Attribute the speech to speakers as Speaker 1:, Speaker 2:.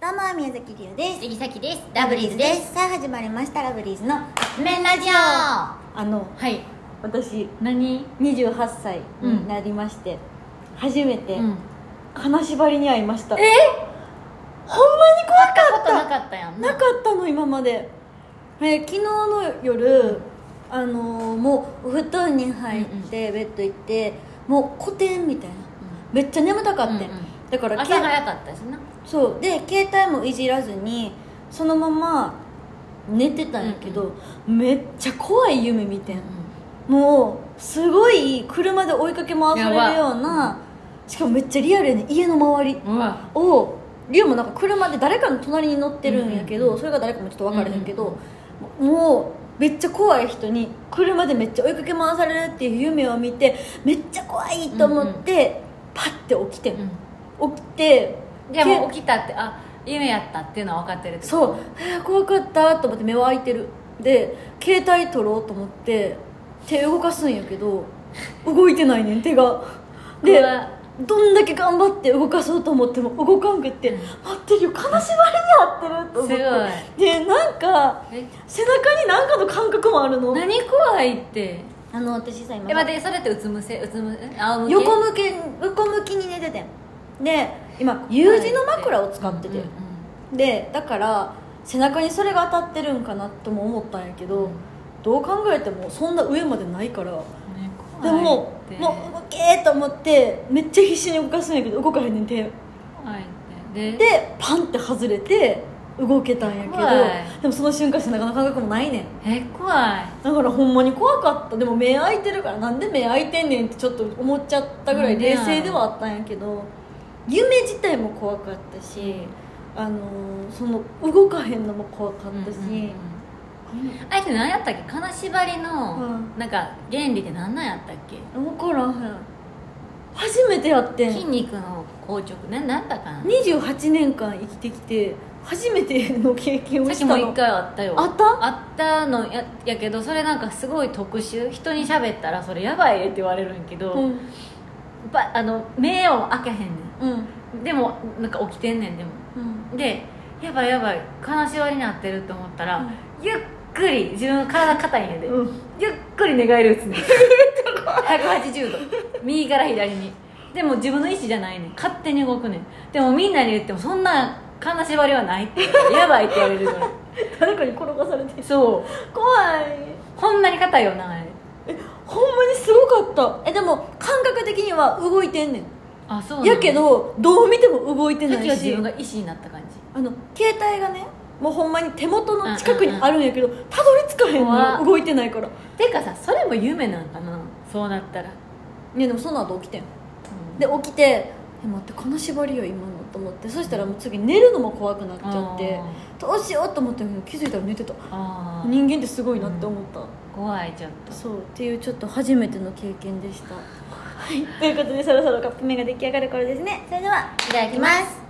Speaker 1: どうも宮崎りおです
Speaker 2: 杉崎ですラブリーズです
Speaker 1: さあ始まりましたラブリーズの
Speaker 2: メンラジオは
Speaker 1: あの
Speaker 2: い
Speaker 1: 私
Speaker 2: 何
Speaker 1: 28歳になりまして、初めて
Speaker 2: うん
Speaker 1: 金縛りに会いました、
Speaker 2: え
Speaker 1: ほんまに怖か
Speaker 2: 会った
Speaker 1: っ
Speaker 2: ことな
Speaker 1: た
Speaker 2: かったやん
Speaker 1: なかったの今までえ昨日の夜あのーもうお布団に入って、ベッド行ってもう古典みたいなめっちゃ眠たかって、
Speaker 2: うんうん
Speaker 1: だか
Speaker 2: うん
Speaker 1: ら
Speaker 2: 朝早かったしな
Speaker 1: そうで携帯もいじらずにそのまま寝てたんやけど、めっちゃ怖い夢見てんもうすごい車で追いかけ回されるようなしかもめっちゃリアルやねん家の周り
Speaker 2: うわ
Speaker 1: をリオもなんか車で誰かの隣に乗ってるんやけど、
Speaker 2: うんうん
Speaker 1: それが誰かもちょっと分からへんけど、もうめっちゃ怖い人に車でめっちゃ追いかけ回されるっていう夢を見てめっちゃ怖いと思って、パッて起きてん、起きて
Speaker 2: じゃあもう起きたってあ夢やったっていうのは分かってるってこと
Speaker 1: そう「えー怖かった」と思って目は開いてるで携帯取ろうと思って手動かすんやけど動いてないねん手がで
Speaker 2: うわ
Speaker 1: どんだけ頑張って動かそうと思っても動かんくって
Speaker 2: うん
Speaker 1: 待ってるよ金縛りに合ってると思って
Speaker 2: す
Speaker 1: でなんか
Speaker 2: え
Speaker 1: 背中になんかの感覚もあるの
Speaker 2: 何怖いって
Speaker 1: あの私さ今
Speaker 2: え待ってそれってうつむせうつむえ仰向け
Speaker 1: 横向け横向きに寝ててんで今 U 字の枕を使ってて、
Speaker 2: うんうん
Speaker 1: でだから背中にそれが当たってるんかなとも思ったんやけど、
Speaker 2: うん
Speaker 1: どう考えてもそんな上までないから
Speaker 2: うんね
Speaker 1: でも
Speaker 2: 怖いって
Speaker 1: もう動けーと思ってめっちゃ必死に動かすんやけど動かへんねんて
Speaker 2: 怖いってで
Speaker 1: でパンって外れて動けたんやけど
Speaker 2: 怖い
Speaker 1: でもその瞬間背中の感覚もないねん
Speaker 2: え怖い
Speaker 1: だからほんまに怖かったでも目開いてるからなんで目開いてんねんってちょっと思っちゃったぐらい
Speaker 2: うんね
Speaker 1: 冷静ではあったんやけど夢自体も怖かったし、あのーその動かへんのも怖かったし、
Speaker 2: うんうんうんあれって何やったっけ金縛りの、
Speaker 1: うん
Speaker 2: なんか原理って何なんやったっけ
Speaker 1: 分からへん初めてやってん
Speaker 2: 筋肉の硬直ね何だかな
Speaker 1: 28年間生きてきて初めての経験を
Speaker 2: さっ
Speaker 1: し
Speaker 2: き
Speaker 1: た
Speaker 2: も
Speaker 1: の
Speaker 2: う一回あったよ
Speaker 1: あった
Speaker 2: あったのややけどそれなんかすごい特殊人に喋ったらそれやばいでって言われるんやけど、
Speaker 1: うん
Speaker 2: ばあの目を開けへんね
Speaker 1: うん
Speaker 2: んでもなんか起きてんねんでも
Speaker 1: うん
Speaker 2: でやばいやばい金縛りになってると思ったら、
Speaker 1: うん
Speaker 2: ゆっくり自分の体硬いんやで、
Speaker 1: うん
Speaker 2: ゆっくり寝返り打つ ね180度右から左にでも自分の意思じゃないねん勝手に動くねんでもみんなに言ってもそんな金縛りはないってやばいって言われるから
Speaker 1: 誰かに転がされてる
Speaker 2: そう
Speaker 1: 怖い
Speaker 2: こんなに硬いよなあれ
Speaker 1: ほんまにすごかったえでも感覚的には動いてんねん
Speaker 2: あそうなん
Speaker 1: やけどどう見ても動いて
Speaker 2: さっ
Speaker 1: な
Speaker 2: きはい自
Speaker 1: し
Speaker 2: 分が意思になった感じ
Speaker 1: あの携帯がねもうほんまに手元の近くにあるんやけどたどり着かへん
Speaker 2: 怖
Speaker 1: の
Speaker 2: っ
Speaker 1: 動いてないから
Speaker 2: てかさそれも夢なんかなそうなったら、
Speaker 1: いやでもその後起きてん
Speaker 2: うん
Speaker 1: で起きて「え待って金縛りよ今の」と思ってそしたらもう次寝るのも怖くなっちゃってどうしようと思ったけど気づいたら寝てた
Speaker 2: あーあー
Speaker 1: 人間ってすごいなって思った、
Speaker 2: 怖いちょっと
Speaker 1: そうっていうちょっと初めての経験でしたはいということでそろそろカップ麺が出来上がる頃ですねそれではい
Speaker 2: ただきます